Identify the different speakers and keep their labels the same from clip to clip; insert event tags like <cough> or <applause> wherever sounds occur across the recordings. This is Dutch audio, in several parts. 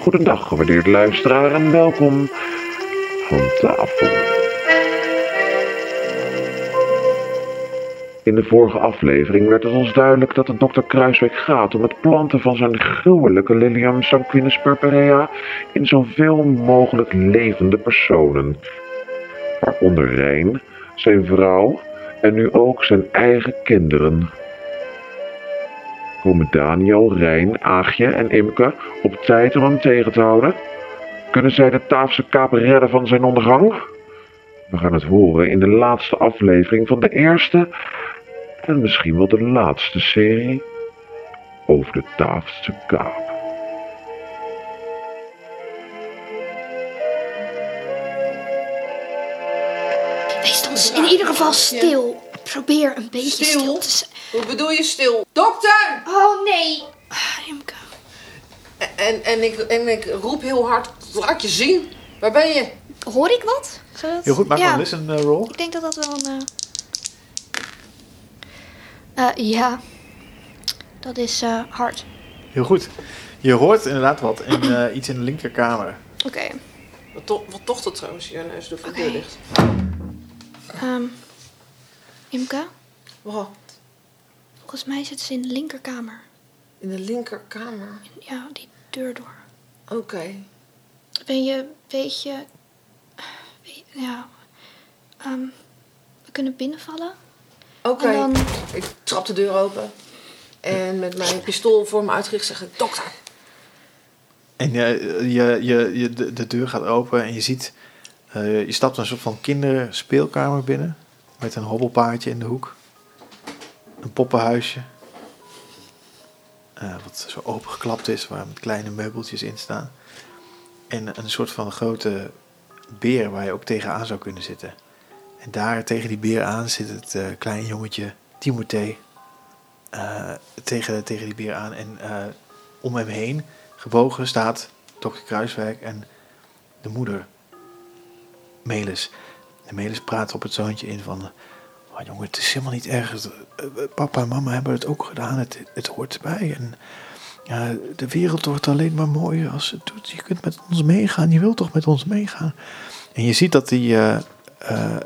Speaker 1: Goedendag, gewaardeerde luisteraar en welkom aan tafel. In de vorige aflevering werd het ons duidelijk dat het dokter Kruiswijk gaat om het planten van zijn gruwelijke Lilium sanguinis purpurea in zoveel mogelijk levende personen. Waaronder Rijn, zijn vrouw en nu ook zijn eigen kinderen. Komen Daniel, Rijn, Aagje en Imke op tijd om hem tegen te houden? Kunnen zij de Taafse kaap redden van zijn ondergang? We gaan het horen in de laatste aflevering van de eerste en misschien wel de laatste serie over de Taafse kaap.
Speaker 2: Wees dan in ieder geval stil. Probeer een beetje stil,
Speaker 3: Stil?
Speaker 2: te zijn.
Speaker 3: Hoe bedoel je stil? Dokter!
Speaker 2: Oh nee. Ah, Imke.
Speaker 3: En, en, ik, en ik roep heel hard, laat je zien. Waar ben je?
Speaker 2: Hoor ik wat? Gaat dat-
Speaker 4: Heel goed, maak maar
Speaker 2: ja,
Speaker 4: een listen eh, roll.
Speaker 2: Ik denk dat dat wel een. eh, eh, ja. Dat is eh, hard.
Speaker 4: Heel goed. Je hoort inderdaad wat in, eh, iets in de linkerkamer.
Speaker 2: Oké.
Speaker 3: Wat, to- wat tocht dat trouwens? Ja, neus doet voor de deur
Speaker 2: Oké.
Speaker 3: dicht.
Speaker 2: ehm, Imke,
Speaker 3: Wow,
Speaker 2: volgens mij zit ze in de linkerkamer.
Speaker 3: in de linkerkamer.
Speaker 2: Ja, die deur door.
Speaker 3: Oké.
Speaker 2: Ben je, weet je. weet- ja. ehm, we kunnen binnenvallen.
Speaker 3: Oké.
Speaker 2: En dan-
Speaker 3: Ik trap de deur open. En met mijn pistool voor me uitgericht zeg ik, dokter.
Speaker 4: En je, je, je, je- de, de deur gaat open en je ziet... eh, je stapt een soort van kinderspeelkamer binnen. Met een hobbelpaardje in de hoek. Een poppenhuisje. eh, wat zo opengeklapt is, waar met kleine meubeltjes in staan. En een soort van grote beer waar je ook tegenaan zou kunnen zitten. En daar tegen die beer aan zit het eh klein jongetje Timothée. eh, tegen, tegen die beer aan. En eh, om hem heen, gebogen, staat dokter Kruiswijk en de moeder, Melis. En Melis praat op het zoontje in van... "Oh, jongen, het is helemaal niet erg. Het- eh, Papa en mama hebben het ook gedaan. Het, het hoort erbij. En ja, de wereld wordt alleen maar mooier als ze het doet. Je kunt met ons meegaan. Je wilt toch met ons meegaan? En je ziet dat, die, eh, eh,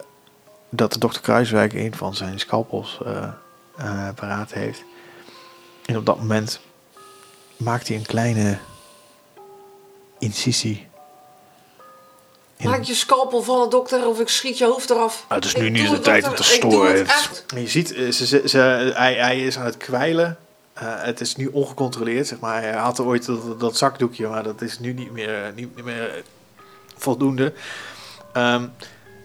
Speaker 4: dat de dokter Kruiswijk een van zijn scalpels eh eh, paraat heeft. En op dat moment maakt hij een kleine incisie. In-
Speaker 3: Laat je scalpel vallen, dokter, of ik schiet je hoofd eraf.
Speaker 4: Ah, het is nu
Speaker 3: Ik
Speaker 4: niet
Speaker 3: doe
Speaker 4: de
Speaker 3: het,
Speaker 4: tijd
Speaker 3: dokter.
Speaker 4: om te
Speaker 3: Ik doe
Speaker 4: storen.
Speaker 3: het echt.
Speaker 4: En je ziet, eh, ze, ze, ze, hij, hij is aan het kwijlen. Eh, het is nu ongecontroleerd, zeg maar. Hij had ooit dat, dat zakdoekje, maar dat is nu niet meer, eh, niet, niet meer eh, voldoende. Ehm,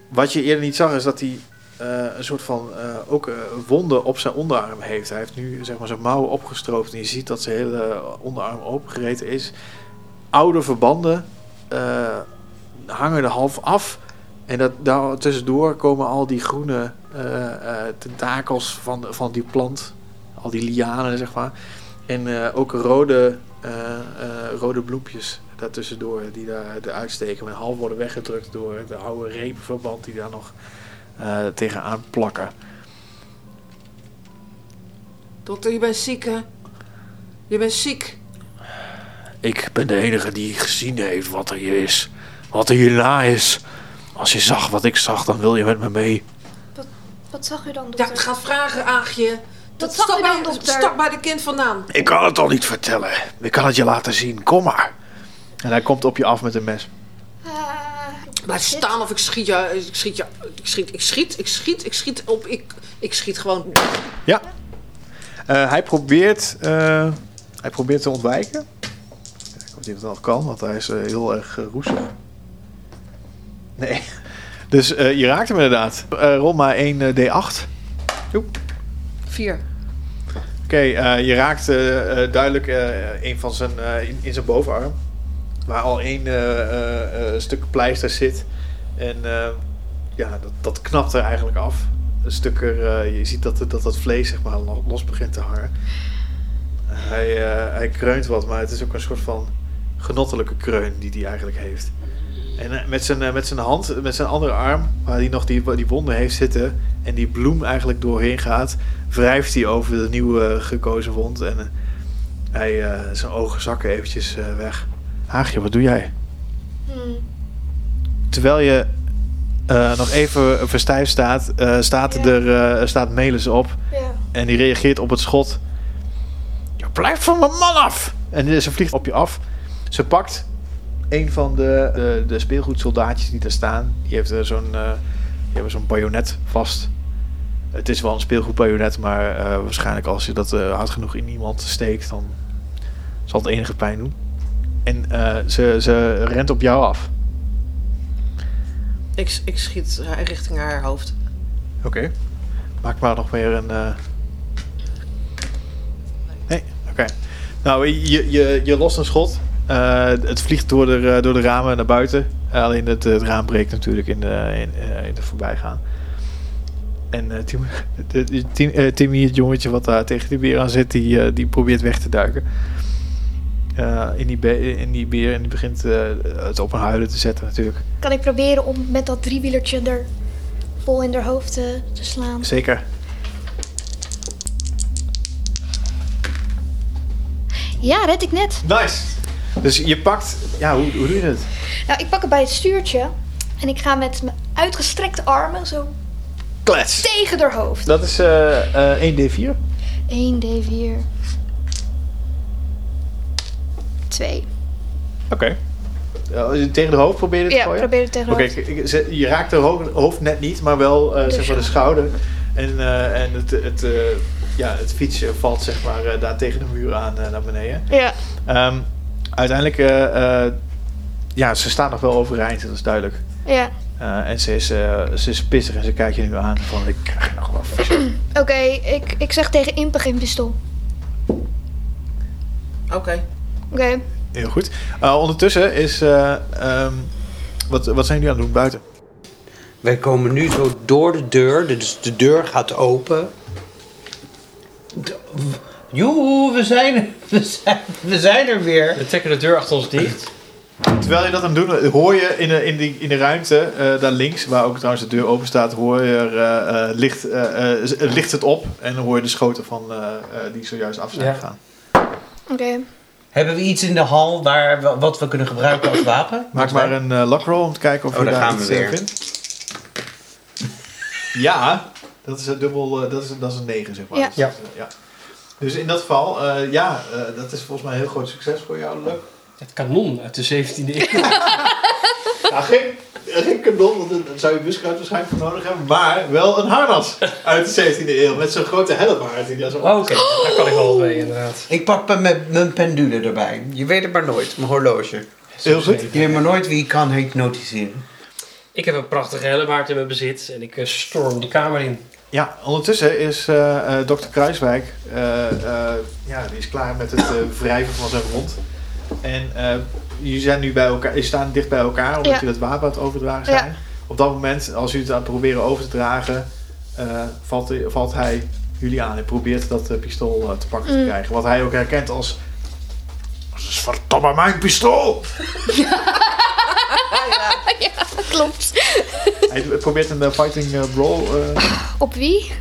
Speaker 4: wat je eerder niet zag, is dat hij eh, een soort van eh, ook eh, wonden op zijn onderarm heeft. Hij heeft nu zeg maar, zijn mouwen opgestroopt en je ziet dat zijn hele onderarm opengereten is. Oude verbanden eh, hangen er half af. En dat, daar tussendoor komen al die groene eh, eh, tentakels van, van die plant. Al die lianen, zeg maar. En eh, ook rode, eh, eh, rode bloempjes daartussendoor die daar eruit steken. En half worden weggedrukt door de oude reepverband die daar nog eh, tegenaan plakken.
Speaker 3: Dokter, je bent ziek, hè? Je bent ziek.
Speaker 4: Ik ben de enige die gezien heeft wat er hier is. Wat er hierna is. Als je zag wat ik zag, dan wil je met me mee.
Speaker 2: Wat zag u dan,
Speaker 3: Ja,
Speaker 2: dokter?
Speaker 3: ik ga vragen, Aagje.
Speaker 2: Wat zag
Speaker 3: stap
Speaker 2: je dan,
Speaker 3: bij-
Speaker 2: dokter?
Speaker 3: Stap bij de kind vandaan.
Speaker 4: Ik kan het al niet vertellen. Ik kan het je laten zien. Kom maar. En hij komt op je af met een mes.
Speaker 2: Ah,
Speaker 3: Blijf
Speaker 2: Shit.
Speaker 3: staan of ik schiet je. Ik schiet je. Ik schiet, ik schiet, ik schiet, ik schiet op. Ik, ik schiet gewoon.
Speaker 4: Ja. Eh, hij, probeert, eh, hij probeert te ontwijken. Kijken of hij dat nog kan, want hij is eh, heel erg eh, roestig. Nee. <laughs> Dus eh, je raakt hem inderdaad. Eh, rol maar 1 D8.
Speaker 3: Vier.
Speaker 4: Oké, eh, je raakt eh, eh, duidelijk eh, een van zijn, eh, in, in zijn bovenarm. Waar al één eh, eh, eh, stuk pleister zit. En eh, ja, dat, dat knapt er eigenlijk af. Een stuk er, eh, je ziet dat, het- dat dat vlees zeg maar, lo- los begint te hangen. Hij, eh, hij kreunt wat, maar het is ook een soort van genottelijke kreun die hij eigenlijk heeft. En eh, met, zijn, eh, met zijn hand, met zijn andere arm, waar hij nog die, die wonden heeft zitten en die bloem eigenlijk doorheen gaat, wrijft hij over de nieuw eh, gekozen wond. En eh, hij, eh, zijn ogen zakken eventjes eh, weg. Haagje, wat doe jij?
Speaker 5: Hmm.
Speaker 4: Terwijl je eh, nog even verstijf staat, eh, staat,
Speaker 5: Ja.
Speaker 4: er, eh, staat Melis op.
Speaker 5: Ja.
Speaker 4: En die reageert op het schot. Je blijft van mijn man af! En ze vliegt op je af. Ze pakt een van de, de, de speelgoedsoldaatjes die daar staan. Die, heeft eh, zo'n, eh, die hebben zo'n bajonet vast. Het is wel een speelgoedbajonet, maar eh, waarschijnlijk als je dat eh, hard genoeg in iemand steekt, dan zal het enige pijn doen. En eh, ze, ze rent op jou af.
Speaker 3: Ik, ik schiet haar richting haar hoofd.
Speaker 4: Oké. Maak maar nog weer een. eh, Nee, oké. Nou, je, je, je lost een schot. Eh, het vliegt door de, eh, door de ramen naar buiten. Eh, alleen het, eh, het raam breekt natuurlijk in de, in, eh, in de voorbijgaan. En eh, Tim- <laughs> de- de- Tim- eh, Timmy, het jongetje wat daar tegen die beer aan zit, die, eh, die probeert weg te duiken. Eh, in, die be- in die beer en die begint eh, het op een huilen te zetten natuurlijk.
Speaker 5: Kan ik proberen om met dat driewielertje er vol in haar hoofd eh, te slaan?
Speaker 4: Zeker.
Speaker 5: Ja, red ik net.
Speaker 4: Nice! Dus je pakt... Ja, hoe, hoe doe je het?
Speaker 5: Nou, ik pak het bij het stuurtje. En ik ga met mijn uitgestrekte armen zo
Speaker 4: Klets!
Speaker 5: tegen haar hoofd.
Speaker 4: Dat is eh, eh, 1d4.
Speaker 5: 1, D4. 2.
Speaker 4: Oké. tegen de hoofd probeer je het te
Speaker 5: Ja,
Speaker 4: gooien?
Speaker 5: probeer het tegen de
Speaker 4: Oké,
Speaker 5: hoofd.
Speaker 4: ik- ik- ze- je raakt de ho- hoofd net niet, maar wel eh,
Speaker 5: De
Speaker 4: zeg maar de schouder. En, eh, en het, het, eh, ja, het fietsje valt zeg maar eh, daar tegen de muur aan eh, naar beneden.
Speaker 5: Ja.
Speaker 4: Ehm, uiteindelijk, eh, eh, ja, ze staat nog wel overeind, dat is duidelijk.
Speaker 5: Ja.
Speaker 4: Eh, en ze is, eh, ze is pissig en ze kijkt je nu aan van ik krijg je nog wel vies.
Speaker 5: Oké, ik, ik zeg tegen Impe geen pistool.
Speaker 3: Oké.
Speaker 5: Oké.
Speaker 4: Heel goed. Eh, ondertussen is, eh, ehm, wat, wat zijn jullie aan het doen buiten?
Speaker 6: Wij komen nu zo door de deur, dus de deur gaat open. D- Joehoe, we zijn, er- <laughs> we zijn, we zijn er weer.
Speaker 7: We trekken de deur achter ons dicht.
Speaker 4: Terwijl je dat aan het doen hoor je in de, in die, in de ruimte eh, daar links, waar ook trouwens de deur open staat, hoor je er, eh, eh, licht, eh, eh, z- eh, licht het op en dan hoor je de schoten van eh, eh, die zojuist af zijn
Speaker 6: Ja.
Speaker 4: gegaan.
Speaker 5: Oké.
Speaker 6: Hebben we iets in de hal waar, we- wat we kunnen gebruiken als wapen?
Speaker 4: Maak maar een eh luckroll om te kijken of
Speaker 6: Oh,
Speaker 4: je
Speaker 6: daar
Speaker 4: daar
Speaker 6: gaan we
Speaker 4: iets in
Speaker 6: weer.
Speaker 4: vindt. <laughs> Ja, dat is een dubbel, eh, dat is, een- dat is een 9 zeg maar.
Speaker 5: Ja.
Speaker 4: Dus, dat is, eh, ja. Dus in dat geval, eh, ja, eh, dat is volgens mij een heel groot succes voor jou, Luc.
Speaker 7: Het kanon uit de 17e eeuw.
Speaker 4: <laughs> Nou, geen, geen kanon, want dan zou je buskruid waarschijnlijk voor nodig hebben. Maar wel een harnas uit de 17e eeuw. Met zo'n grote helmhaard die daar zo
Speaker 7: Oh, Oké, daar kan ik wel mee inderdaad.
Speaker 6: Ik pak mijn- mijn, mijn pendule erbij. Je weet het maar nooit, mijn horloge.
Speaker 4: Heel goed.
Speaker 6: Je weet maar nooit wie ik kan hypnotiseren.
Speaker 7: Ik heb een prachtige hellebaard in mijn bezit en ik eh, storm de kamer in.
Speaker 4: Ja, ondertussen is eh, eh, dokter Kruiswijk eh, eh, ja, die is klaar met het eh, wrijven van zijn wond. En eh, jullie zijn nu bij elkaar, jullie staan dicht bij elkaar omdat
Speaker 5: Ja.
Speaker 4: jullie het wapen aan het overdragen zijn. Op dat moment, als jullie het aan het proberen over te dragen, eh, valt, valt hij jullie aan en probeert dat eh, pistool eh, te pakken te
Speaker 5: Mm.
Speaker 4: krijgen. Wat hij ook herkent als. Dat is verdomme mijn pistool!
Speaker 5: Klopt.
Speaker 4: hij probeert een eh, fighting eh, brawl. eh,
Speaker 5: Op wie?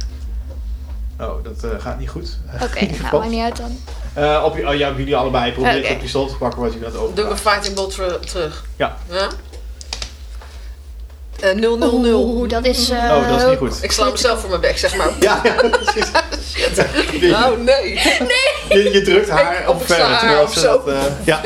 Speaker 4: oh, dat eh, gaat niet goed.
Speaker 5: Oké,
Speaker 4: <laughs>
Speaker 5: nou, maakt niet uit dan.
Speaker 4: Eh, op, oh, ja, op jullie allebei probeert
Speaker 5: Oké.
Speaker 4: het pistool te pakken wat jullie aan het
Speaker 3: Doe mijn
Speaker 4: overdragen.
Speaker 3: fighting ball ter- terug.
Speaker 4: Ja.
Speaker 3: Ja? Eh, 000.
Speaker 5: Oeh, dat is... eh,
Speaker 4: Oh, dat is niet goed.
Speaker 3: Ik sla mezelf voor mijn bek, zeg maar.
Speaker 4: Ja, <laughs> ja,
Speaker 3: <laughs>
Speaker 4: precies.
Speaker 3: Oh nee.
Speaker 4: Je, je drukt haar
Speaker 3: Ik-
Speaker 4: op
Speaker 3: of ik sla
Speaker 4: verder.
Speaker 3: haar
Speaker 4: terwijl
Speaker 3: of
Speaker 4: ze
Speaker 3: zo.
Speaker 4: dat, eh, ja.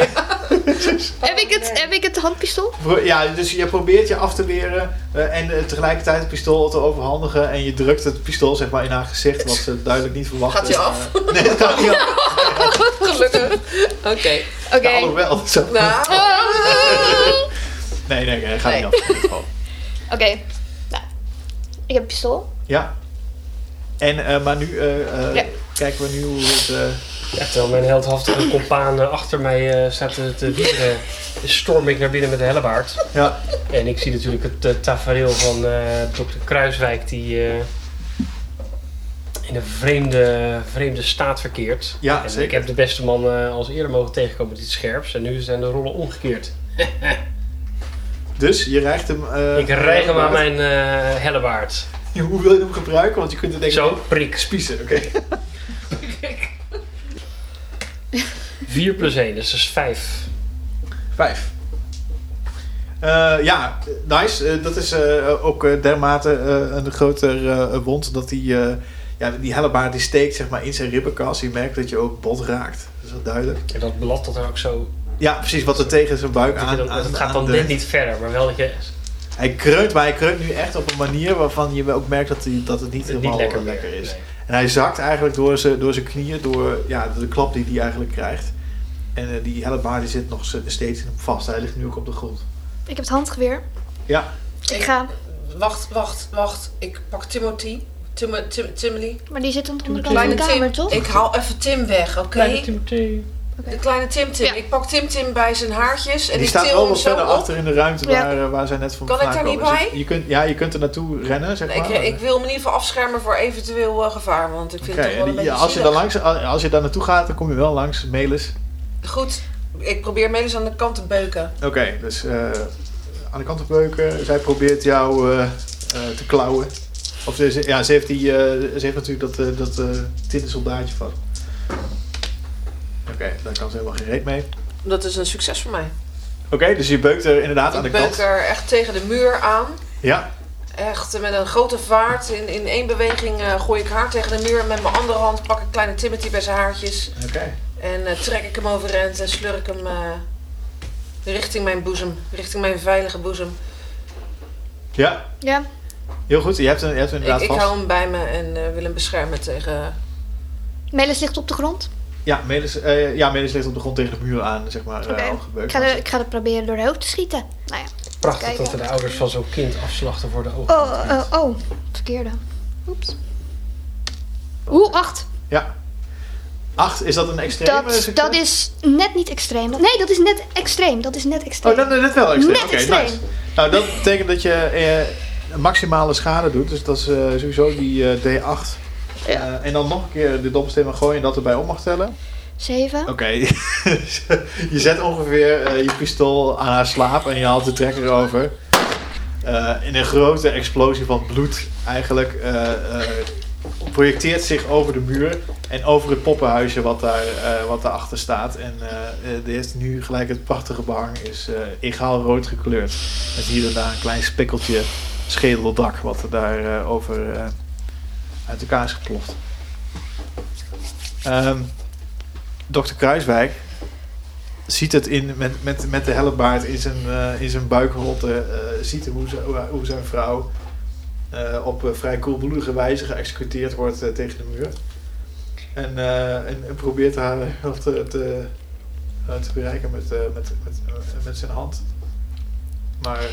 Speaker 5: Heb ik het, heb ik het handpistool?
Speaker 4: Pro- Ja, dus je probeert je af te weren eh, en eh, tegelijkertijd het pistool te overhandigen. En je drukt het pistool zeg maar in haar gezicht, wat ze duidelijk niet verwachtte.
Speaker 3: Gaat hij
Speaker 4: Eh,
Speaker 3: af?
Speaker 4: nee, het gaat niet af.
Speaker 3: Gelukkig. Oké.
Speaker 5: Oké.
Speaker 4: Ja, alhoewel. dat zou-
Speaker 3: Nou.
Speaker 5: Ah.
Speaker 4: Nee, nee, nee, het gaat
Speaker 3: Nee.
Speaker 4: niet af. in dit geval.
Speaker 5: Oké. Nou, ik heb een pistool.
Speaker 4: Ja. En, eh, maar nu eh, eh,
Speaker 5: Ja.
Speaker 4: kijken we nu hoe het... eh,
Speaker 7: Ja, terwijl mijn heldhaftige compaan eh, achter mij eh, staat te, te wieberen, eh, storm ik naar binnen met de hellebaard.
Speaker 4: ja.
Speaker 7: En ik zie natuurlijk het eh, tafereel van eh dokter Kruiswijk die eh, in een vreemde, vreemde staat verkeert.
Speaker 4: Ja,
Speaker 7: en
Speaker 4: zeker.
Speaker 7: ik heb de beste man eh, als eerder mogen tegenkomen met iets scherps en nu zijn de rollen omgekeerd.
Speaker 4: Dus je rijgt hem... eh,
Speaker 7: ik rijg hem aan
Speaker 4: uit.
Speaker 7: mijn eh hellebaard.
Speaker 4: Hoe wil je hem gebruiken? Want je kunt het denk ik
Speaker 7: Zo, prik.
Speaker 4: spiezen, oké.
Speaker 7: 4 plus 1, dus dat is 5.
Speaker 4: Vijf. Eh, ja, nice. Eh, dat is eh, ook eh, dermate eh, een groter eh, wond dat die, eh, ja, die hellebaar die steekt zeg maar, in zijn ribbenkast. Je merkt dat je ook bot raakt. Dat is wel duidelijk.
Speaker 7: En dat belat dat dan ook zo.
Speaker 4: Ja, precies wat er tegen zijn buik
Speaker 7: dat je
Speaker 4: aan,
Speaker 7: dan-
Speaker 4: aan-
Speaker 7: dat gaat
Speaker 4: aan
Speaker 7: dan
Speaker 4: de-
Speaker 7: net niet verder, maar wel dat je
Speaker 4: Hij kreunt, maar hij kreunt nu echt op een manier waarvan je ook merkt dat, hij, dat het niet
Speaker 7: het
Speaker 4: helemaal
Speaker 7: niet lekker,
Speaker 4: lekker,
Speaker 7: meer-
Speaker 4: is.
Speaker 7: nee.
Speaker 4: En hij zakt eigenlijk door zijn, door zijn knieën, door ja, de klap die hij eigenlijk krijgt. En eh, die hellebaar die zit nog s- steeds in hem vast. Hij ligt nu ook op de grond.
Speaker 5: Ik heb het handgeweer.
Speaker 4: Ja.
Speaker 5: Ik ga.
Speaker 3: Wacht, wacht, wacht. Ik pak Timothy. Tim, Tim, Timely.
Speaker 5: Maar die zit aan de onderkant van de
Speaker 3: Kleine
Speaker 5: kamer,
Speaker 3: Tim.
Speaker 5: toch?
Speaker 3: Ik haal even Tim weg, oké? De kleine Tim Tim.
Speaker 5: Ja.
Speaker 3: Ik pak Tim Tim bij zijn haartjes en
Speaker 4: die
Speaker 3: ik
Speaker 4: staat
Speaker 3: til
Speaker 4: wel
Speaker 3: hem
Speaker 4: wat
Speaker 3: zo
Speaker 4: verder
Speaker 3: op.
Speaker 4: achter in de ruimte
Speaker 5: Ja.
Speaker 4: waar, eh, waar zij net van
Speaker 3: Kan ik
Speaker 4: vandaan
Speaker 3: daar niet
Speaker 4: komen. Dus
Speaker 3: bij?
Speaker 4: je kunt, ja, je kunt er naartoe rennen, zeg
Speaker 3: Ik,
Speaker 4: maar.
Speaker 3: ik wil hem in ieder geval afschermen voor eventueel eh, gevaar, want ik vind
Speaker 4: Oké,
Speaker 3: het toch wel
Speaker 4: en
Speaker 3: een
Speaker 4: die-
Speaker 3: beetje
Speaker 4: als, je
Speaker 3: zielig.
Speaker 4: daar langs, als je daar naartoe gaat, dan kom je wel langs Melis.
Speaker 3: Goed, ik probeer Melis aan de kant te beuken.
Speaker 4: Oké, dus eh, aan de kant te beuken. Zij probeert jou eh, eh, te klauwen. Of ze, ze- ja, ze heeft, die, eh, ze heeft natuurlijk dat, eh dat eh, tinnen soldaatje van. Oké, daar kan ze helemaal geen reet mee.
Speaker 3: Dat is een succes voor mij.
Speaker 4: Oké, dus je beukt er inderdaad aan de
Speaker 3: ik beuk
Speaker 4: kant.
Speaker 3: er echt tegen de muur aan.
Speaker 4: Ja,
Speaker 3: Echt eh, met een grote vaart. In, in één beweging eh, gooi ik haar tegen de muur. En met mijn andere hand pak ik kleine Timothy bij zijn haartjes.
Speaker 4: oké.
Speaker 3: En eh, trek ik hem overeind en slurk ik hem eh, richting mijn boezem. Richting mijn veilige boezem.
Speaker 4: Ja,
Speaker 5: Ja,
Speaker 4: heel goed. Je hebt, hem- je hebt hem
Speaker 3: Ik,
Speaker 4: inderdaad
Speaker 3: ik
Speaker 4: vast.
Speaker 3: hou hem bij me en eh, wil hem beschermen tegen...
Speaker 5: Melis ligt op de grond.
Speaker 4: Ja, Melis, eh, ja, Melis ligt op de grond tegen de muur aan, zeg maar. eh,
Speaker 5: Oké.
Speaker 4: al
Speaker 5: Ik
Speaker 4: gebeukt.
Speaker 5: ga, er, ik ga er proberen door de hoofd te schieten. Nou ja.
Speaker 7: Prachtig
Speaker 5: Kijken.
Speaker 7: dat er de ouders van zo'n kind afslachten voor de ogen.
Speaker 5: Oh, eh, eh, oh. Verkeerde. Oeps. Oeh, acht.
Speaker 4: Ja. Acht, is dat een extreme
Speaker 5: Dat,
Speaker 4: succes?
Speaker 5: dat is net niet extreem. Nee, dat is net extreem. Dat is net extreem.
Speaker 4: Oh, dat net wel extreem.
Speaker 5: Net
Speaker 4: Oké,
Speaker 5: extreem.
Speaker 4: nice. Nou, dat betekent dat je eh, maximale schade doet. Dus dat is eh, sowieso die eh, D8. Eh, en dan nog een keer de dobbelsteen maar gooien en dat erbij op mag tellen.
Speaker 5: Zeven.
Speaker 4: Oké, <laughs> je zet ongeveer eh, je pistool aan haar slaap en je haalt de trekker over. Eh, in een grote explosie van bloed eigenlijk eh, eh, projecteert zich over de muur en over het poppenhuisje wat, daar, eh, wat daarachter staat. En eh, eh, er is nu gelijk het prachtige behang is eh egaal rood gekleurd. Met hier en daar een klein spikkeltje schedeldak wat er daar eh, over eh, uit elkaar is geploft. Ehm Dr. Kruiswijk ziet het in, met, met, met de hellebaard in zijn, eh, in zijn buik rotten. eh, ziet hem hoe, ze- hoe- hoe zijn vrouw eh, op eh, vrij koelbloedige wijze geëxecuteerd wordt eh, tegen de muur. En, eh, en, en probeert haar nog te, te, eh, te bereiken met, eh, met, met, eh, met zijn hand. Maar ja,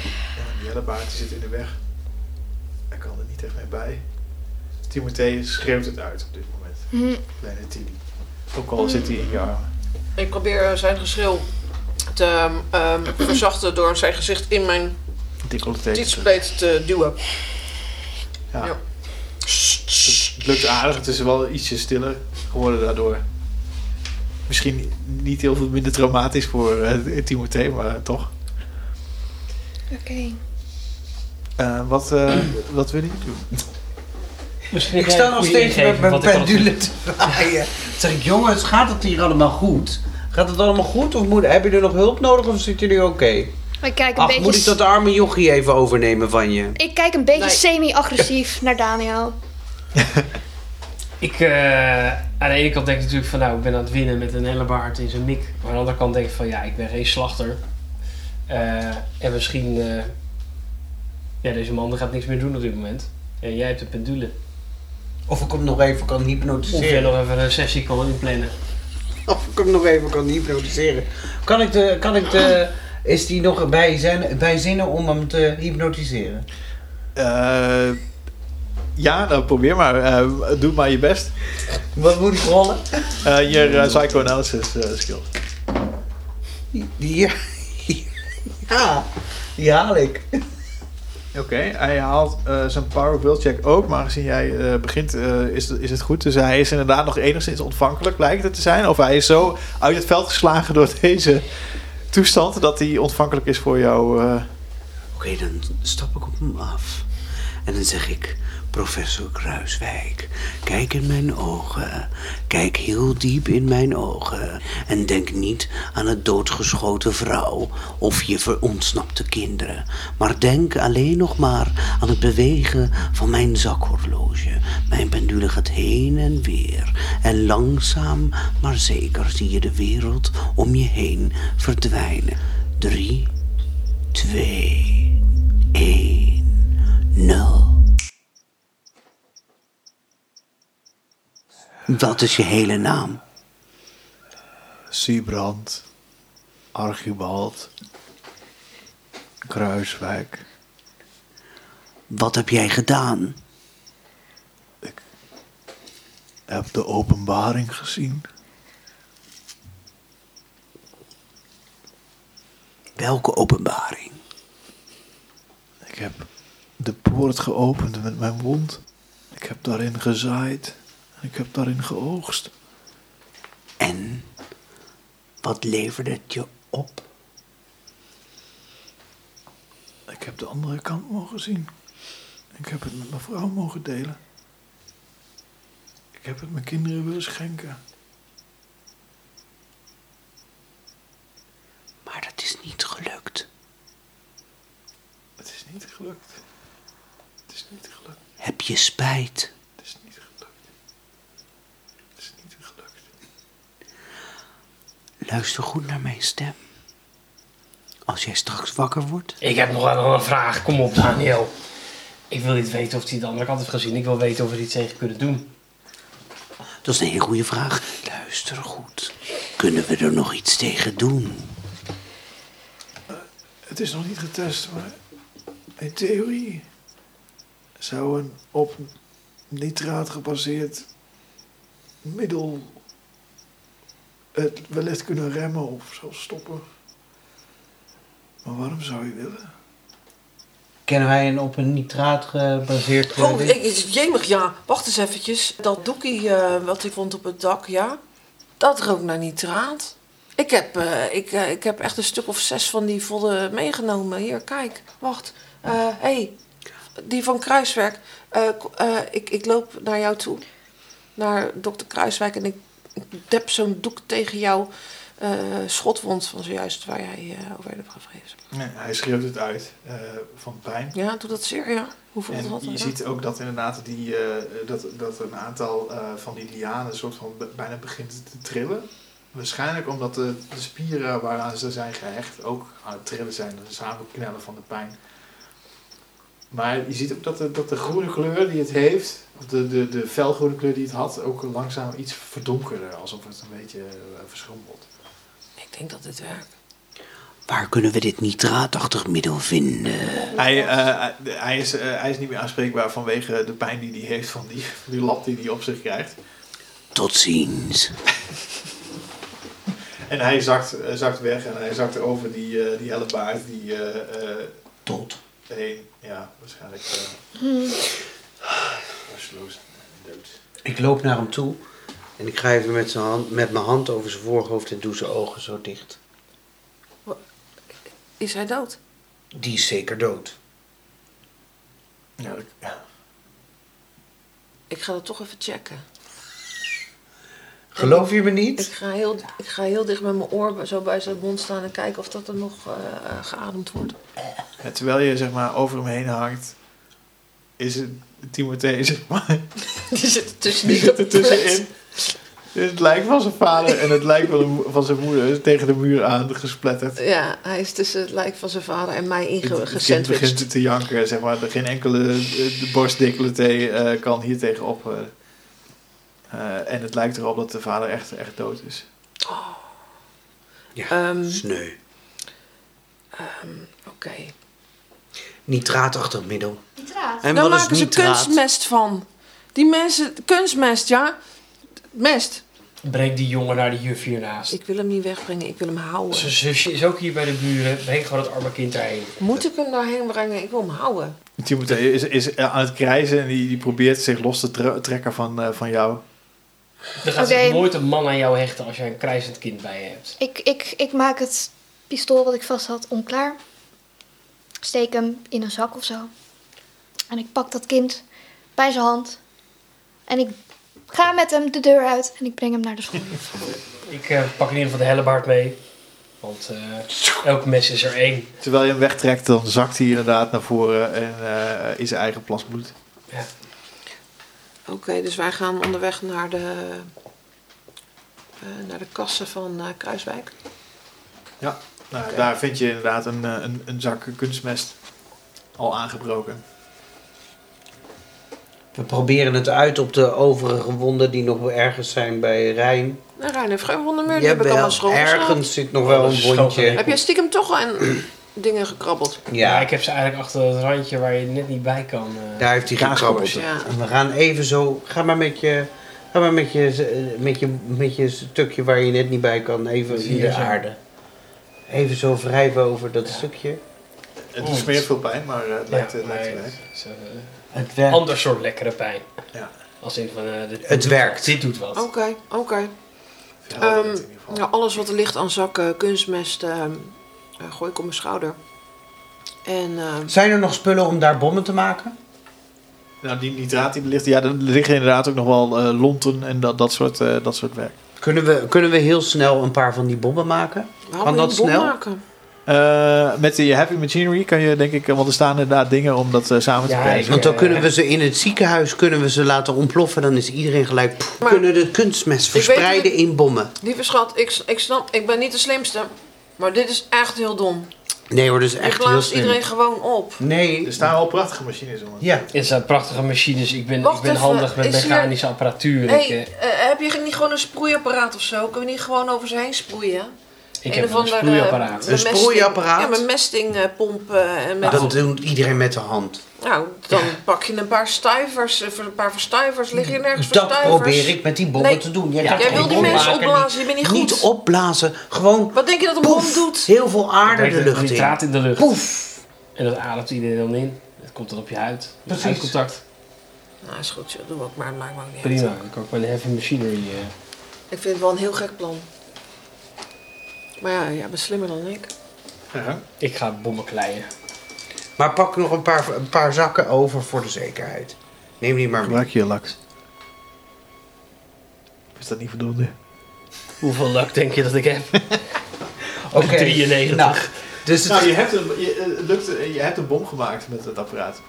Speaker 4: die hellebaard die zit in de weg. Hij kan er niet echt mee bij. Timothée schreeuwt het uit op dit moment.
Speaker 5: Hm.
Speaker 4: Kleine Tilly. Ook al zit hij in je armen.
Speaker 3: Ik probeer eh, zijn geschreeuw te ehm, ehm, verzachten door zijn gezicht in mijn
Speaker 4: Decolleté.
Speaker 3: titsplate te duwen.
Speaker 4: Ja.
Speaker 3: Ja.
Speaker 4: Het lukt aardig. Het is wel ietsje stiller geworden daardoor. Misschien niet heel veel minder traumatisch voor eh, Timothée, maar toch.
Speaker 5: Oké.
Speaker 4: Eh, wat, eh, <clears throat> wat wil hij doen?
Speaker 7: Misschien
Speaker 6: Ik
Speaker 7: heb jij
Speaker 6: sta
Speaker 7: een
Speaker 6: nog
Speaker 7: goede
Speaker 6: steeds met
Speaker 7: ingeving,
Speaker 6: mijn
Speaker 7: want ik kan
Speaker 6: pendule te draaien. Zeg ik, jongens, gaat het hier allemaal goed? Gaat het allemaal goed of moet, hebben jullie nog hulp nodig of zitten jullie oké?
Speaker 5: Ik kijk een
Speaker 6: Ach,
Speaker 5: beetje,
Speaker 6: moet ik dat arme jochie even overnemen van je?
Speaker 5: ik kijk een beetje
Speaker 3: Nee.
Speaker 5: semi-agressief naar Daniel.
Speaker 7: Ik, eh, aan de ene kant denk ik natuurlijk van nou, ik ben aan het winnen met een hele baard in zijn mik. Maar aan de andere kant denk ik van ja, ik ben geen slachter. Eh, en misschien, eh, ja, deze man gaat niks meer doen op dit moment. En jij hebt de pendule.
Speaker 6: Of ik hem nog even kan
Speaker 7: Of jij
Speaker 6: hypnotiseren.
Speaker 7: nog even een sessie kan inplannen.
Speaker 6: Of ik hem nog even kan hypnotiseren. Kan ik de, kan ik de, is die nog bij, zijn, bij zinnen om hem te hypnotiseren?
Speaker 4: Eh, ja, nou probeer maar. Eh, doe maar je best.
Speaker 6: Wat moet ik rollen?
Speaker 4: Eh je eh, psychoanalysis eh, skill.
Speaker 6: Ja, ja, die haal ik.
Speaker 4: Oké, hij haalt eh, zijn power of will check ook, maar aangezien jij eh, begint, eh, is, is het goed. Dus hij is inderdaad nog enigszins ontvankelijk, lijkt het te zijn. Of hij is zo uit het veld geslagen door <laughs> deze toestand dat hij ontvankelijk is voor jou. eh,
Speaker 6: Oké, dan stap ik op hem af. En dan zeg ik, professor Kruiswijk, kijk in mijn ogen. Kijk heel diep in mijn ogen. En denk niet aan het doodgeschoten vrouw of je verontsnapte kinderen. Maar denk alleen nog maar aan het bewegen van mijn zakhorloge. Mijn pendule gaat heen en weer. En langzaam maar zeker zie je de wereld om je heen verdwijnen. Drie, twee, één, nul. Dat is je hele naam.
Speaker 4: Siebrand, Archibald, Kruiswijk.
Speaker 6: Wat heb jij gedaan?
Speaker 4: Heb de openbaring gezien?
Speaker 6: Welke openbaring?
Speaker 4: Ik heb de poort geopend met mijn mond. Ik heb daarin gezaaid. En ik heb daarin geoogst.
Speaker 6: En wat leverde het je op?
Speaker 4: Ik heb de andere kant mogen zien. Ik heb het met mijn vrouw mogen delen. Ik heb het mijn kinderen willen schenken.
Speaker 6: Maar dat is niet gelukt.
Speaker 4: Het is niet gelukt. Het is niet gelukt.
Speaker 6: Heb je spijt?
Speaker 4: Het is niet gelukt. Het is niet gelukt.
Speaker 6: Luister goed naar mijn stem. Als jij straks wakker wordt,
Speaker 7: Ik heb nog wel een vraag. Kom op, Daniel. Ik wil niet weten of hij de andere kant heeft gezien. Ik wil weten of we er iets tegen kunnen doen.
Speaker 6: dat is een hele goede vraag. Luister goed. Kunnen we er nog iets tegen doen?
Speaker 4: Het is nog niet getest, maar in theorie zou een op nitraat gebaseerd middel het wellicht kunnen remmen of zelfs stoppen. Maar waarom zou je willen?
Speaker 8: Kennen wij een op een nitraat gebaseerd... eh,
Speaker 3: Oh,
Speaker 8: ding?
Speaker 3: ik, jemig, ja. Wacht eens eventjes. Dat doekie eh, wat ik vond op het dak, ja. Dat rook naar nitraat. Ik heb, eh, ik, eh, ik heb echt een stuk of zes van die vodden meegenomen. Hier, kijk. Wacht. Hé, hey. die van Kruiswerk. Eh, ko- eh, ik, ik loop naar jou toe. Naar dokter Kruiswijk. En ik, ik dep zo'n doek tegen jouw eh, schotwond van zojuist waar jij eh, over hebt gevreesd.
Speaker 4: hij schreeuwt het uit eh, van pijn.
Speaker 3: Ja, doet dat zeer, ja. Hoeveel
Speaker 4: En
Speaker 3: had
Speaker 4: je
Speaker 3: dat?
Speaker 4: ziet ook dat inderdaad die, eh, dat, dat een aantal eh, van die lianen soort van be- bijna begint te trillen. Waarschijnlijk omdat de, de spieren waaraan ze zijn gehecht ook aan het trillen zijn. Dus samen knellen van de pijn. Maar je ziet ook dat de, dat de groene kleur die het heeft, of de, de, de felgroene kleur die het had, ook langzaam iets verdonkerder. Alsof het een beetje eh, verschrompelt.
Speaker 3: Ik denk dat dit werkt.
Speaker 6: Waar kunnen we dit nitraatachtig middel vinden?
Speaker 4: Hij, eh, hij, is, eh, hij is niet meer aanspreekbaar vanwege de pijn die hij heeft van die, van die lap die hij op zich krijgt.
Speaker 6: Tot ziens.
Speaker 4: En hij zakt, eh, zakt weg en hij zakt over die, eh, die hellebaard die eh, eh,
Speaker 6: Tot.
Speaker 4: heen. Ja, waarschijnlijk. eh Rusteloos en dood.
Speaker 8: Ik loop naar hem toe en ik ga even met, zijn hand, met mijn hand over zijn voorhoofd en doe zijn ogen zo dicht.
Speaker 3: Is hij dood?
Speaker 8: Die is zeker dood.
Speaker 4: Ja, dat- ja.
Speaker 3: Ik ga dat toch even checken.
Speaker 8: Geloof je me
Speaker 3: Ik
Speaker 8: niet?
Speaker 3: ga heel, ik ga heel dicht met mijn oor zo bij zijn mond staan en kijken of dat er nog eh, geademd wordt. <laughs>
Speaker 4: Ja, terwijl je zeg maar over hem heen hangt, is het Timothée zeg maar. <laughs>
Speaker 3: Die zit er
Speaker 4: Die
Speaker 3: tussenin. <laughs>
Speaker 4: zit er tussenin. Dus het lijkt van zijn vader en het lijkt van, hem- van zijn moeder is tegen de muur aan gespletterd.
Speaker 3: Ja, hij is tussen het lijk van zijn vader en mij
Speaker 4: Het- het kind
Speaker 3: ingesandwiched.
Speaker 4: begint te janken, zeg maar. Geen enkele eh, de borstdecolleté eh, kan hier tegenop. eh. Eh, en het lijkt erop dat de vader echt, echt dood is.
Speaker 8: Ja,
Speaker 3: Ehm,
Speaker 8: sneu.
Speaker 3: Oké.
Speaker 8: Nitraatachtig middel.
Speaker 9: Nitraat.
Speaker 8: En
Speaker 3: Daar
Speaker 8: wat is
Speaker 3: maken ze
Speaker 8: nitraat?
Speaker 3: kunstmest van. Die mensen, kunstmest, ja. Mest.
Speaker 7: Breng die jongen naar de juf hiernaast.
Speaker 3: Ik wil hem niet wegbrengen, ik wil hem houden.
Speaker 7: Zijn zusje is ook hier bij de buren. Breng gewoon het arme kind daarheen.
Speaker 3: Moet ik hem daarheen brengen? Ik wil hem houden.
Speaker 4: Timothée is, is aan het krijzen en die, die probeert zich los te tre- trekken van, eh, van jou.
Speaker 7: Er gaat
Speaker 5: Oké.
Speaker 7: zich nooit een man aan jou hechten als jij een krijzend kind bij je hebt.
Speaker 5: Ik, ik, ik maak het pistool wat ik vast had onklaar. Steek hem in een zak of zo. En ik pak dat kind bij zijn hand. En ik ga met hem de deur uit en ik breng hem naar de school.
Speaker 7: Ik eh, pak in ieder geval de hellebaard mee. Want eh, elk mes is er één.
Speaker 4: Terwijl je hem wegtrekt, dan zakt hij inderdaad naar voren en eh, is zijn eigen plas bloed.
Speaker 3: Oké, dus wij gaan onderweg naar de, eh, naar de kassen van eh, Kruiswijk.
Speaker 4: Nou,
Speaker 3: Oké.
Speaker 4: Daar vind je inderdaad een, eh, een, een zak kunstmest al aangebroken.
Speaker 6: We proberen het uit op de overige wonden die nog wel ergens zijn bij Rijn.
Speaker 3: Nou, Rijn heeft geen wondermuur, die heb ik allemaal
Speaker 6: Jawel,
Speaker 3: schoongesteld.
Speaker 6: ergens zit nog wel
Speaker 7: Alles
Speaker 6: een wondje.
Speaker 7: Oh, schoongemaakt.
Speaker 3: Heb jij stiekem toch al een, <clears throat> dingen gekrabbeld?
Speaker 7: Ja.
Speaker 6: Ja,
Speaker 7: ik heb ze eigenlijk achter het randje waar je net niet bij kan. eh.
Speaker 6: daar heeft hij gekrabbeld.
Speaker 4: Kaaskorsten.
Speaker 3: Ja.
Speaker 6: En we gaan even zo. Ga maar met je. Ga maar met je, eh, met, je, met je stukje waar je net niet bij kan, even in
Speaker 7: Hier
Speaker 6: de
Speaker 7: zo.
Speaker 6: aarde. Even zo wrijven over dat stukje.
Speaker 4: Het doet smeert veel pijn, maar eh, het lijkt,
Speaker 7: Ja,
Speaker 4: het lijkt
Speaker 7: maar
Speaker 4: te werken.
Speaker 7: het is, eh,
Speaker 6: Het
Speaker 7: een
Speaker 6: werkt.
Speaker 7: ander soort lekkere pijn.
Speaker 4: Ja.
Speaker 7: Als in van, eh, dit,
Speaker 6: Het
Speaker 7: dit
Speaker 6: werkt.
Speaker 7: Doet, dit doet wat.
Speaker 3: Oké, oké.
Speaker 4: Verhelderend
Speaker 3: Ehm,
Speaker 4: in ieder geval.
Speaker 3: Nou, alles wat er ligt aan zakken, kunstmest, ehm, eh, gooi ik op mijn schouder. En ehm,
Speaker 6: Zijn er nog spullen om daar bommen te maken?
Speaker 4: Nou, die nitraat die er ligt, ja, er liggen inderdaad ook nog wel eh, lonten en dat, dat, soort, eh, dat soort werk.
Speaker 6: Kunnen we, kunnen we heel snel een paar van die bommen maken?
Speaker 3: waarom
Speaker 6: Kan
Speaker 3: wil je
Speaker 6: dat
Speaker 3: een bom
Speaker 6: snel?
Speaker 3: maken?
Speaker 4: Eh, met je heavy machinery kan je denk ik, eh, want er staan inderdaad dingen om dat eh, samen te
Speaker 7: Ja,
Speaker 4: krijgen.
Speaker 7: ik-
Speaker 6: Want dan kunnen we ze in het ziekenhuis kunnen we ze laten ontploffen. Dan is iedereen gelijk. Pff,
Speaker 3: Maar-
Speaker 6: kunnen de kunstmest
Speaker 3: weet
Speaker 6: verspreiden in bommen.
Speaker 3: Lieve schat, ik, s- ik snap, ik ben niet de slimste. Maar dit is echt heel dom.
Speaker 6: Nee hoor, dat is
Speaker 3: Ik
Speaker 6: echt heel
Speaker 3: blaas
Speaker 6: slim.
Speaker 3: iedereen gewoon op.
Speaker 6: Nee,
Speaker 4: Er staan wel prachtige machines om.
Speaker 6: ja.
Speaker 7: Het zijn prachtige machines. Ik ben,
Speaker 3: Wacht
Speaker 7: ik ben
Speaker 3: even,
Speaker 7: handig met
Speaker 3: is hier-
Speaker 7: mechanische apparatuur.
Speaker 3: Hé,
Speaker 7: ik, eh,
Speaker 3: eh, heb je niet gewoon een sproeiapparaat of zo? Kunnen we niet gewoon over ze heen sproeien?
Speaker 7: ik
Speaker 3: Een
Speaker 7: heb
Speaker 3: of
Speaker 7: een
Speaker 3: ander, eh,
Speaker 7: sproeiapparaat.
Speaker 6: Een
Speaker 3: mesting-
Speaker 6: sproeiapparaat?
Speaker 3: Ja, mijn mestingpomp. eh, en met
Speaker 6: Ah, Dat doet iedereen met de hand.
Speaker 3: Nou, dan pak je een paar stuivers. eh, voor Een paar verstuivers. Lig je nergens
Speaker 6: Dat
Speaker 3: verstuivers?
Speaker 6: probeer ik met die bommen
Speaker 3: Nee,
Speaker 6: te doen. Jij,
Speaker 7: jij
Speaker 6: gaat
Speaker 3: Jij
Speaker 6: geen
Speaker 3: wil die
Speaker 6: bom
Speaker 3: mensen
Speaker 6: maken,
Speaker 3: opblazen, je bent niet
Speaker 6: Niet,
Speaker 3: goed.
Speaker 6: niet opblazen, gewoon
Speaker 3: Wat denk je dat een bom
Speaker 6: poef,
Speaker 3: doet?
Speaker 6: heel veel aarde
Speaker 7: Er
Speaker 6: de
Speaker 7: komt
Speaker 6: lucht in.
Speaker 7: nitraat in de lucht.
Speaker 6: Poef.
Speaker 7: En dat ademt iedereen dan in. Het komt dan op je huid.
Speaker 6: Precies.
Speaker 7: Huidcontact.
Speaker 3: Nou, is goed, joh. Doe ook maar. Maakt me ook niet uit.
Speaker 7: Prima. Dan kan ik mijn heavy machinery... eh,
Speaker 3: Ik vind het wel een heel gek plan. Maar ja, jij bent slimmer dan ik.
Speaker 4: Ja.
Speaker 7: ik ga bommen kleien.
Speaker 6: Maar pak nog een paar, een paar zakken over voor de zekerheid. Neem die maar mee.
Speaker 4: Gebruik je laks. Is dat niet voldoende?
Speaker 7: Hoeveel lak denk je dat ik heb?
Speaker 6: <laughs> Oké.
Speaker 7: 93.
Speaker 6: Nou, dus het,
Speaker 4: Nou, je hebt, een, je, eh, lukt, eh, je hebt een bom gemaakt met het apparaat.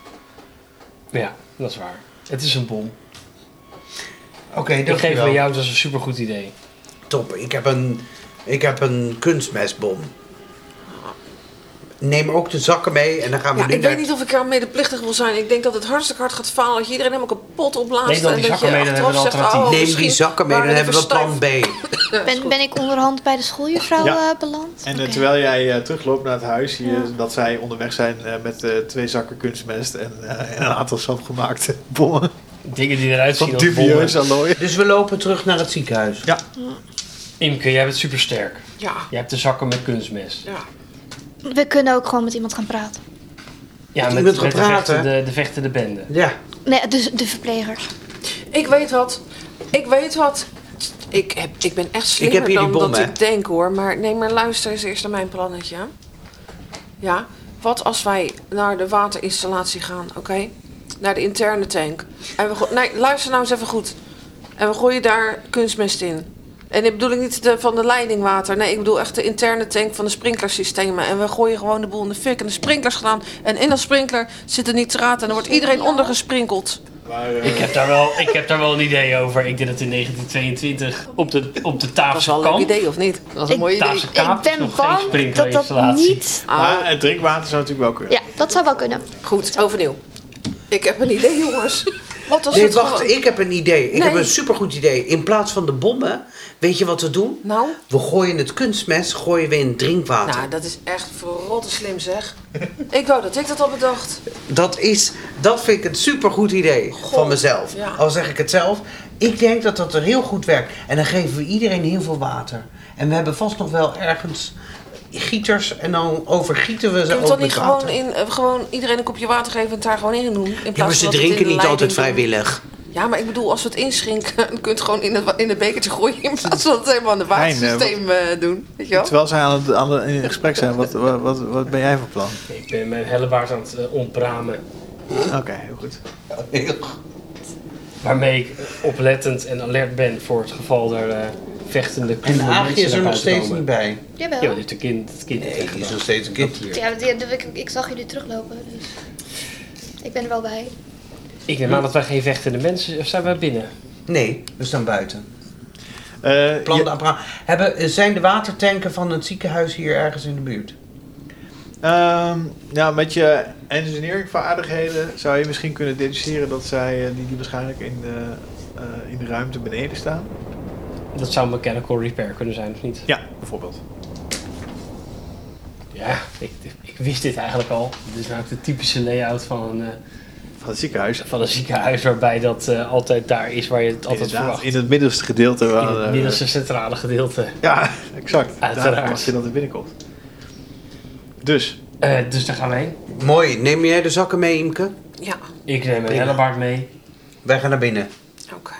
Speaker 6: nou.
Speaker 7: Ja, dat is waar. Het is een bom.
Speaker 6: Oké,
Speaker 7: Ik geef
Speaker 6: dankjewel.
Speaker 7: bij jou, dat is een supergoed idee.
Speaker 6: Top, ik heb een, ik heb een kunstmestbom. Neem ook de zakken mee en dan gaan we
Speaker 3: Ja,
Speaker 6: nu
Speaker 3: ik weet
Speaker 6: naar...
Speaker 3: niet of ik jou medeplichtig wil zijn. Ik denk dat het hartstikke hard gaat falen. Dat je iedereen helemaal kapot opblaast.
Speaker 7: Neem dan die
Speaker 3: en dat
Speaker 7: zakken
Speaker 3: je
Speaker 7: mee, dan
Speaker 3: achteraf
Speaker 7: hebben we een
Speaker 3: zegt,
Speaker 7: alternatief.
Speaker 3: oh,
Speaker 6: Neem die
Speaker 3: misschien
Speaker 6: zakken mee, dan
Speaker 3: waren
Speaker 6: hebben we
Speaker 3: die
Speaker 6: plan B.
Speaker 3: verstuiverd. Ja, is
Speaker 5: Ben,
Speaker 3: goed.
Speaker 5: ben ik onderhand bij de schooljuffrouw
Speaker 4: Ja.
Speaker 5: eh, beland?
Speaker 4: En eh,
Speaker 5: Oké.
Speaker 4: terwijl jij eh, terugloopt naar het huis, zie je
Speaker 5: Ja.
Speaker 4: dat zij onderweg zijn eh, met eh, twee zakken kunstmest en, eh, en een aantal zelfgemaakte bommen.
Speaker 7: Dingen die eruit zien
Speaker 4: Van
Speaker 7: als bommen.
Speaker 4: dubieus allooi.
Speaker 6: Dus we lopen terug naar het ziekenhuis.
Speaker 7: Imke, jij bent supersterk.
Speaker 3: Ja,
Speaker 7: Jij hebt de zakken met kunstmest.
Speaker 3: ja.
Speaker 5: We kunnen ook gewoon met iemand gaan praten.
Speaker 7: Ja,
Speaker 6: Met
Speaker 7: met,
Speaker 6: iemand
Speaker 7: met,
Speaker 6: gaan
Speaker 7: de,
Speaker 6: praten.
Speaker 7: vechtende, de vechtende bende.
Speaker 6: Ja,
Speaker 5: Nee, dus de verplegers.
Speaker 3: Ik weet wat. Ik weet wat. Ik, heb, ik ben echt slimmer
Speaker 6: heb hier die
Speaker 3: dan
Speaker 6: bom,
Speaker 3: dat
Speaker 6: hè?
Speaker 3: ik denk hoor. Maar nee, maar luister eens eerst naar mijn plannetje. Ja, wat als wij naar de waterinstallatie gaan, oké? Naar de interne tank. En we go- nee, luister nou eens even goed. En we gooien daar kunstmest in. En ik bedoel ik niet de, van de leidingwater. Nee, ik bedoel echt de interne tank van de sprinklersystemen. En we gooien gewoon de boel in de fik en de sprinklers gedaan. En in dat sprinkler zitten nitraat en dan wordt iedereen ondergesprinkeld.
Speaker 4: Maar, eh,
Speaker 7: Ik heb, daar wel, ik heb daar wel een idee over. Ik deed dat in 1922 op de, op de
Speaker 3: Dat is wel
Speaker 7: Taafse
Speaker 3: een leuk
Speaker 7: kamp.
Speaker 3: idee, of niet? Dat is een
Speaker 5: Ik-
Speaker 3: mooi idee.
Speaker 7: Taafse kamp
Speaker 5: Ik
Speaker 7: is
Speaker 5: ben
Speaker 7: nog geen
Speaker 5: bang dat dat
Speaker 7: sprinklerinstallatie.
Speaker 5: niet...
Speaker 4: maar het drinkwater zou natuurlijk wel kunnen.
Speaker 5: Ja, dat zou wel kunnen.
Speaker 3: Goed, overnieuw. Ik heb een idee, <laughs> jongens. Wat als
Speaker 6: nee,
Speaker 3: het
Speaker 6: wacht,
Speaker 3: gewoon-
Speaker 6: ik heb een idee. Ik
Speaker 3: Nee.
Speaker 6: heb een supergoed idee. In plaats van de bommen, weet je wat we doen?
Speaker 3: Nou?
Speaker 6: We gooien het kunstmest gooien we in drinkwater.
Speaker 3: Nou, dat is echt verrotte slim, <laughs> zeg. ik wou dat ik dat al bedacht.
Speaker 6: Dat, is, dat vind ik een supergoed idee van mezelf.
Speaker 3: ja.
Speaker 6: Al zeg ik het zelf. Ik denk dat dat er heel goed werkt. En dan geven we iedereen heel veel water. En we hebben vast nog wel ergens gieters. En dan overgieten we ze
Speaker 3: Kunnen
Speaker 6: ook
Speaker 3: we dan
Speaker 6: met
Speaker 3: niet gewoon,
Speaker 6: water.
Speaker 3: in, eh, gewoon iedereen een kopje water geven en het daar gewoon in doen? In plaats
Speaker 6: Ja, maar
Speaker 3: van
Speaker 6: ze
Speaker 3: dat we het in
Speaker 6: drinken
Speaker 3: de
Speaker 6: niet
Speaker 3: leiding
Speaker 6: altijd
Speaker 3: doen?
Speaker 6: vrijwillig.
Speaker 3: Ja, maar ik bedoel, als we het inschrinken, <laughs> dan kun je het gewoon in het, wa- in het bekertje gooien. In plaats van dat het helemaal aan het
Speaker 4: Hein, eh,
Speaker 3: watersysteem eh, doen. Weet je wel?
Speaker 4: Terwijl zij aan het, aan het- in het gesprek zijn, wat, wat, wat, wat ben jij van plan?
Speaker 7: Ik ben mijn hellebaard aan het eh, ontbramen.
Speaker 4: Oké, heel goed.
Speaker 6: Heel goed.
Speaker 7: Waarmee ik oplettend en alert ben voor het geval er eh, vechtende
Speaker 6: En
Speaker 7: kloeven
Speaker 6: Aagje
Speaker 7: mensen
Speaker 6: is er
Speaker 7: naar
Speaker 6: nog
Speaker 7: buiten
Speaker 6: steeds
Speaker 7: komen.
Speaker 6: niet bij.
Speaker 5: Jawel.
Speaker 7: Ja, dit is kind, het kind.
Speaker 6: Nee, die is nog steeds een kind hier.
Speaker 5: Ja, want die- ik, ik zag jullie teruglopen, dus ik ben er wel bij.
Speaker 7: Ik neem aan dat wij geen vechtende mensen of zijn. wij binnen?
Speaker 6: Nee, we staan buiten.
Speaker 4: Eh,
Speaker 6: Plan
Speaker 4: ja,
Speaker 6: Hebben, zijn de watertanken van het ziekenhuis hier ergens in de buurt?
Speaker 4: ehm, nou, met je engineeringvaardigheden zou je misschien kunnen deduceren dat zij eh, die, die waarschijnlijk in de, eh, in de ruimte beneden staan.
Speaker 7: Dat zou mechanical repair kunnen zijn, of niet?
Speaker 4: Ja, bijvoorbeeld.
Speaker 7: Ja, ik, ik wist dit eigenlijk al. Dit is namelijk de typische layout van een, eh,
Speaker 4: Van het ziekenhuis.
Speaker 7: van een ziekenhuis, waarbij dat eh, altijd daar is waar je het altijd
Speaker 4: Inderdaad,
Speaker 7: verwacht.
Speaker 4: in het middelste gedeelte.
Speaker 7: In
Speaker 4: waar,
Speaker 7: het
Speaker 4: eh,
Speaker 7: middelste centrale gedeelte.
Speaker 4: Ja, <laughs> exact.
Speaker 7: Uiteraard.
Speaker 4: Daar verwacht je dat er binnenkomt. Dus,
Speaker 7: Eh, dus daar gaan we heen.
Speaker 6: Mooi, neem jij de zakken mee, Imke?
Speaker 3: Ja,
Speaker 7: Ik neem mijn
Speaker 6: Prima.
Speaker 7: hellebaard mee.
Speaker 6: Wij gaan naar binnen.
Speaker 3: oké.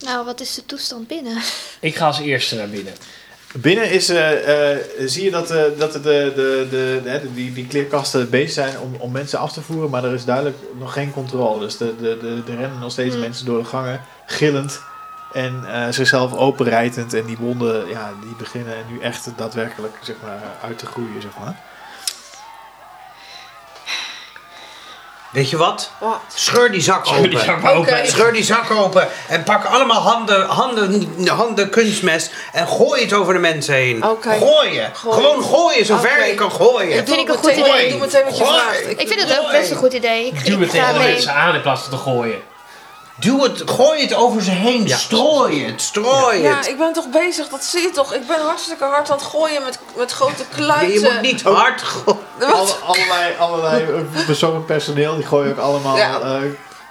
Speaker 5: Nou, wat is de toestand binnen?
Speaker 7: Ik ga als eerste naar binnen.
Speaker 4: binnen is, eh, eh, zie je dat, eh, dat de, de, de, de, hè, die, die kleerkasten bezig zijn om, om mensen af te voeren, maar er is duidelijk nog geen controle. Dus de, de, de, er rennen nog
Speaker 3: Mm.
Speaker 4: steeds
Speaker 5: Hmm.
Speaker 4: mensen door de gangen, gillend en eh, zichzelf openrijdend. En die wonden, ja, die beginnen nu echt daadwerkelijk zeg maar, eh, uit te groeien, zeg maar.
Speaker 6: Weet je wat?
Speaker 3: Wat?
Speaker 6: Scheur die zak open.
Speaker 7: <laughs> Jullie gaan maar open.
Speaker 6: Scheur die zak open en pak allemaal handen, handen, handen kunstmes en gooi het over de mensen heen.
Speaker 3: Oké.
Speaker 6: Gooien.
Speaker 3: Gooi.
Speaker 6: Gewoon gooien, zover
Speaker 3: Oké.
Speaker 6: je kan gooien.
Speaker 5: Dat vind ik een
Speaker 3: meteen-
Speaker 5: goed idee.
Speaker 3: Doe meteen wat je
Speaker 6: Gooi.
Speaker 3: vraagt.
Speaker 5: Ik vind het ook best een goed idee. Ik,
Speaker 7: Duw
Speaker 5: ik
Speaker 7: het
Speaker 5: ga
Speaker 7: tegen de
Speaker 5: mee.
Speaker 7: mensen aan in plaats van te gooien.
Speaker 6: Doe het, gooi het over ze heen. Strooi het, strooi
Speaker 3: Ja,
Speaker 6: het.
Speaker 3: ik ben toch bezig, dat zie je toch? Ik ben hartstikke hard aan het gooien met, met grote kluiten.
Speaker 6: Nee, je moet niet
Speaker 3: eh,
Speaker 6: hard gooien.
Speaker 4: Alle, allerlei allerlei eh, bezorgd personeel, die gooien ook allemaal
Speaker 3: Ja.
Speaker 4: eh,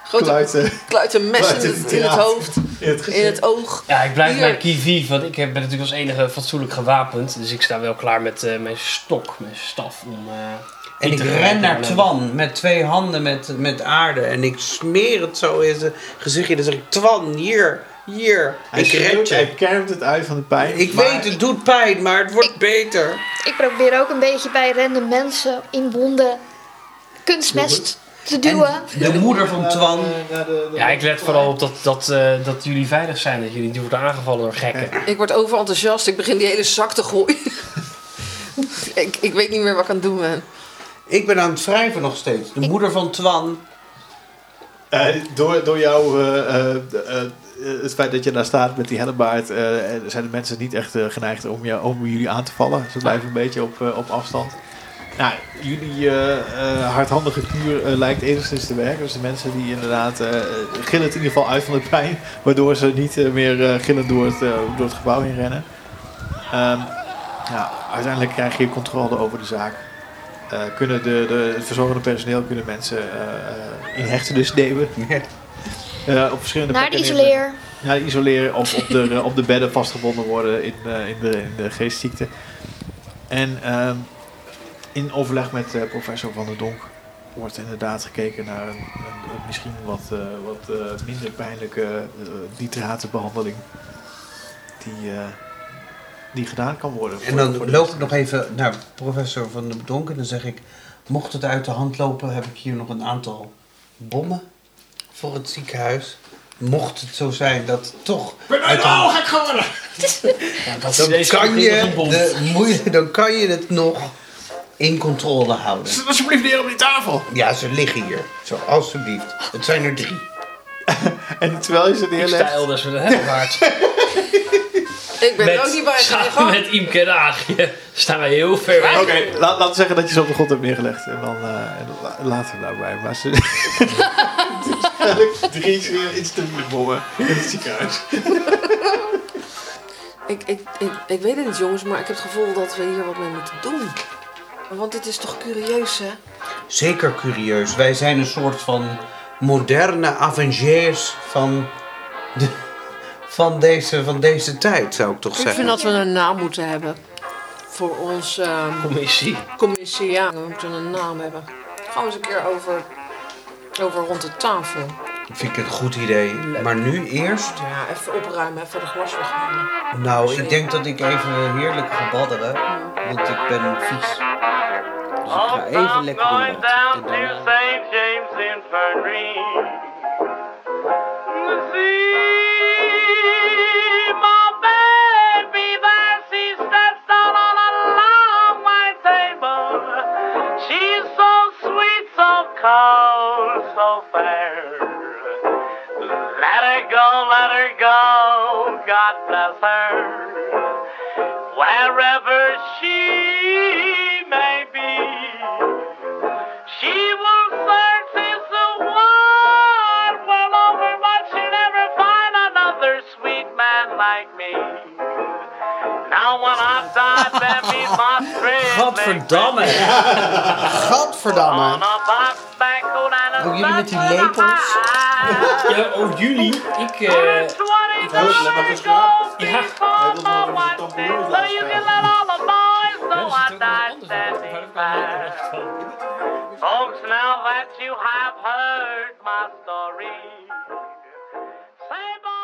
Speaker 3: Grote
Speaker 4: kluiten <laughs>
Speaker 3: kluiten messen in
Speaker 4: Kluiten,
Speaker 3: het, in het
Speaker 4: ja.
Speaker 3: hoofd,
Speaker 4: in het
Speaker 3: in
Speaker 4: gezicht.
Speaker 3: het oog.
Speaker 7: Ja, ik blijf
Speaker 3: Hier.
Speaker 7: mijn kiviv, want ik heb- ben natuurlijk als enige fatsoenlijk gewapend. Dus ik sta wel klaar met eh, mijn stok, mijn staf. Om, eh,
Speaker 6: En
Speaker 7: niet
Speaker 6: ik
Speaker 7: te grijpen.
Speaker 6: ren naar Twan met twee handen met, met aarde. En ik smeer het zo in zijn gezichtje. Dan zeg ik, Twan, hier, hier.
Speaker 4: Hij
Speaker 6: ik red
Speaker 4: schreeuwt,
Speaker 6: je.
Speaker 4: Hij kermt het uit van de pijn.
Speaker 6: Ik
Speaker 4: maar-
Speaker 6: weet, het doet pijn, maar het wordt beter.
Speaker 5: Ik probeer ook een beetje bij random mensen in wonden kunstmest te duwen.
Speaker 6: De moeder van
Speaker 4: Naar de-
Speaker 6: Twan.
Speaker 4: naar de- de-
Speaker 7: Ja, ik let vooral op dat, dat, eh, dat jullie veilig zijn. Dat jullie niet worden aangevallen door gekken.
Speaker 3: Ik word overenthousiast, ik begin die hele zak te gooien. <laughs> ik, ik weet niet meer wat ik aan het doen ben.
Speaker 6: Ik ben aan het schrijven nog steeds. De moeder van Twan.
Speaker 4: Eh, door, door jou, eh, eh, eh, eh, het feit dat je daar staat met die hellebaard, eh, eh, zijn de mensen niet echt eh, geneigd om, jou, om jullie aan te vallen. Ze blijven een beetje op, eh, op afstand. Nou, jullie eh, eh, hardhandige kuur eh, lijkt enigszins te werken. Dus de mensen die inderdaad eh, eh, gillen het in ieder geval uit van de pijn, <laughs> waardoor ze niet eh, meer eh, gillend door het, eh, door het gebouw heen rennen. Ehm, ja, uiteindelijk krijg je controle over de zaak. Eh, kunnen de, de, het verzorgende personeel kunnen mensen eh, eh, in hechten dus nemen. Eh, op verschillende
Speaker 5: Naar de
Speaker 4: plekken neerzetten.
Speaker 5: isoleer.
Speaker 4: Naar de isoleer. Of op de, eh, op de bedden vastgebonden worden in, eh, in, de, in de geestziekte. En ehm, in overleg met eh, professor Van der Donk wordt inderdaad gekeken naar een, een- een misschien wat, eh, wat eh, minder pijnlijke eh, nitratenbehandeling. Die, eh, die gedaan kan worden.
Speaker 6: En
Speaker 4: voor
Speaker 6: dan
Speaker 4: de
Speaker 6: loop ik nog even naar professor Van de Donk. En dan zeg ik, mocht het uit de hand lopen, heb ik hier nog een aantal bommen voor het ziekenhuis. Mocht het zo zijn dat toch... uit de hand-
Speaker 7: Ja, dat
Speaker 6: dan
Speaker 7: deze
Speaker 6: kan,
Speaker 7: keer
Speaker 6: je
Speaker 7: gelukkig een bom.
Speaker 6: de moeite, dan kan je het nog in controle houden.
Speaker 4: Zet alsjeblieft neer op die tafel. <laughs>
Speaker 6: Ja, ze liggen hier. Zo, alstublieft. Het zijn er drie.
Speaker 4: En terwijl je ze
Speaker 7: Ik sta
Speaker 4: neerlegt,
Speaker 7: elders dus met een hellebaard.
Speaker 3: Ik ben er ook niet
Speaker 7: Met,
Speaker 3: bij, ga je
Speaker 7: samen
Speaker 3: gang.
Speaker 7: met Imke en Aagje staan wij heel ver weg.
Speaker 4: Oké, laat, laten we zeggen dat je ze op de grond hebt neergelegd. En dan eh, en la- laten we daarbij. Maar ze. Waarschijnlijk drie zeer instabiele bommen in het ziekenhuis.
Speaker 3: Ik, ik, ik, ik weet het niet, jongens, maar ik heb het gevoel dat we hier wat mee moeten doen. Want dit is toch curieus, hè?
Speaker 6: Zeker curieus. Wij zijn een soort van moderne avengers van, de- van, deze, van deze tijd, zou ik toch
Speaker 3: Ik vind
Speaker 6: zeggen.
Speaker 3: dat we een naam moeten hebben. Voor ons ehm,
Speaker 7: Commissie.
Speaker 3: commissie, ja. We moeten een naam hebben. Gaan we eens een keer over, over rond de tafel.
Speaker 6: Vind ik een goed idee. Maar nu eerst?
Speaker 3: Ja, even opruimen, even de glas weghalen.
Speaker 6: Nou, ik denk dat ik even heerlijk ga badderen. Want ik ben vies. Dus ik ga even lekker in bad. En dan-
Speaker 8: St. James infirmary. See my baby there, she stands down on a long white table. She's so sweet, so cold, so fair. Let her go, let her go, God bless her. Wherever she may be. She will search this wide world over, but she'll never find another sweet man like me. Now when I die, <laughs> beneath my grave,
Speaker 7: Godverdamme!
Speaker 8: on
Speaker 6: Gadverdamme.
Speaker 8: a box back coat and a
Speaker 6: Ook jullie met die
Speaker 8: sunblock on
Speaker 6: lepels?
Speaker 8: my <laughs> eyes.
Speaker 7: Ja, oh, jullie? Ik, eh...
Speaker 8: It's what it
Speaker 7: dat is-
Speaker 8: does,
Speaker 7: dat
Speaker 8: it's all
Speaker 7: Ja.
Speaker 8: people know what's in. So you can let all the boys know I died standing by. Folks, now that you have heard my story, say bye.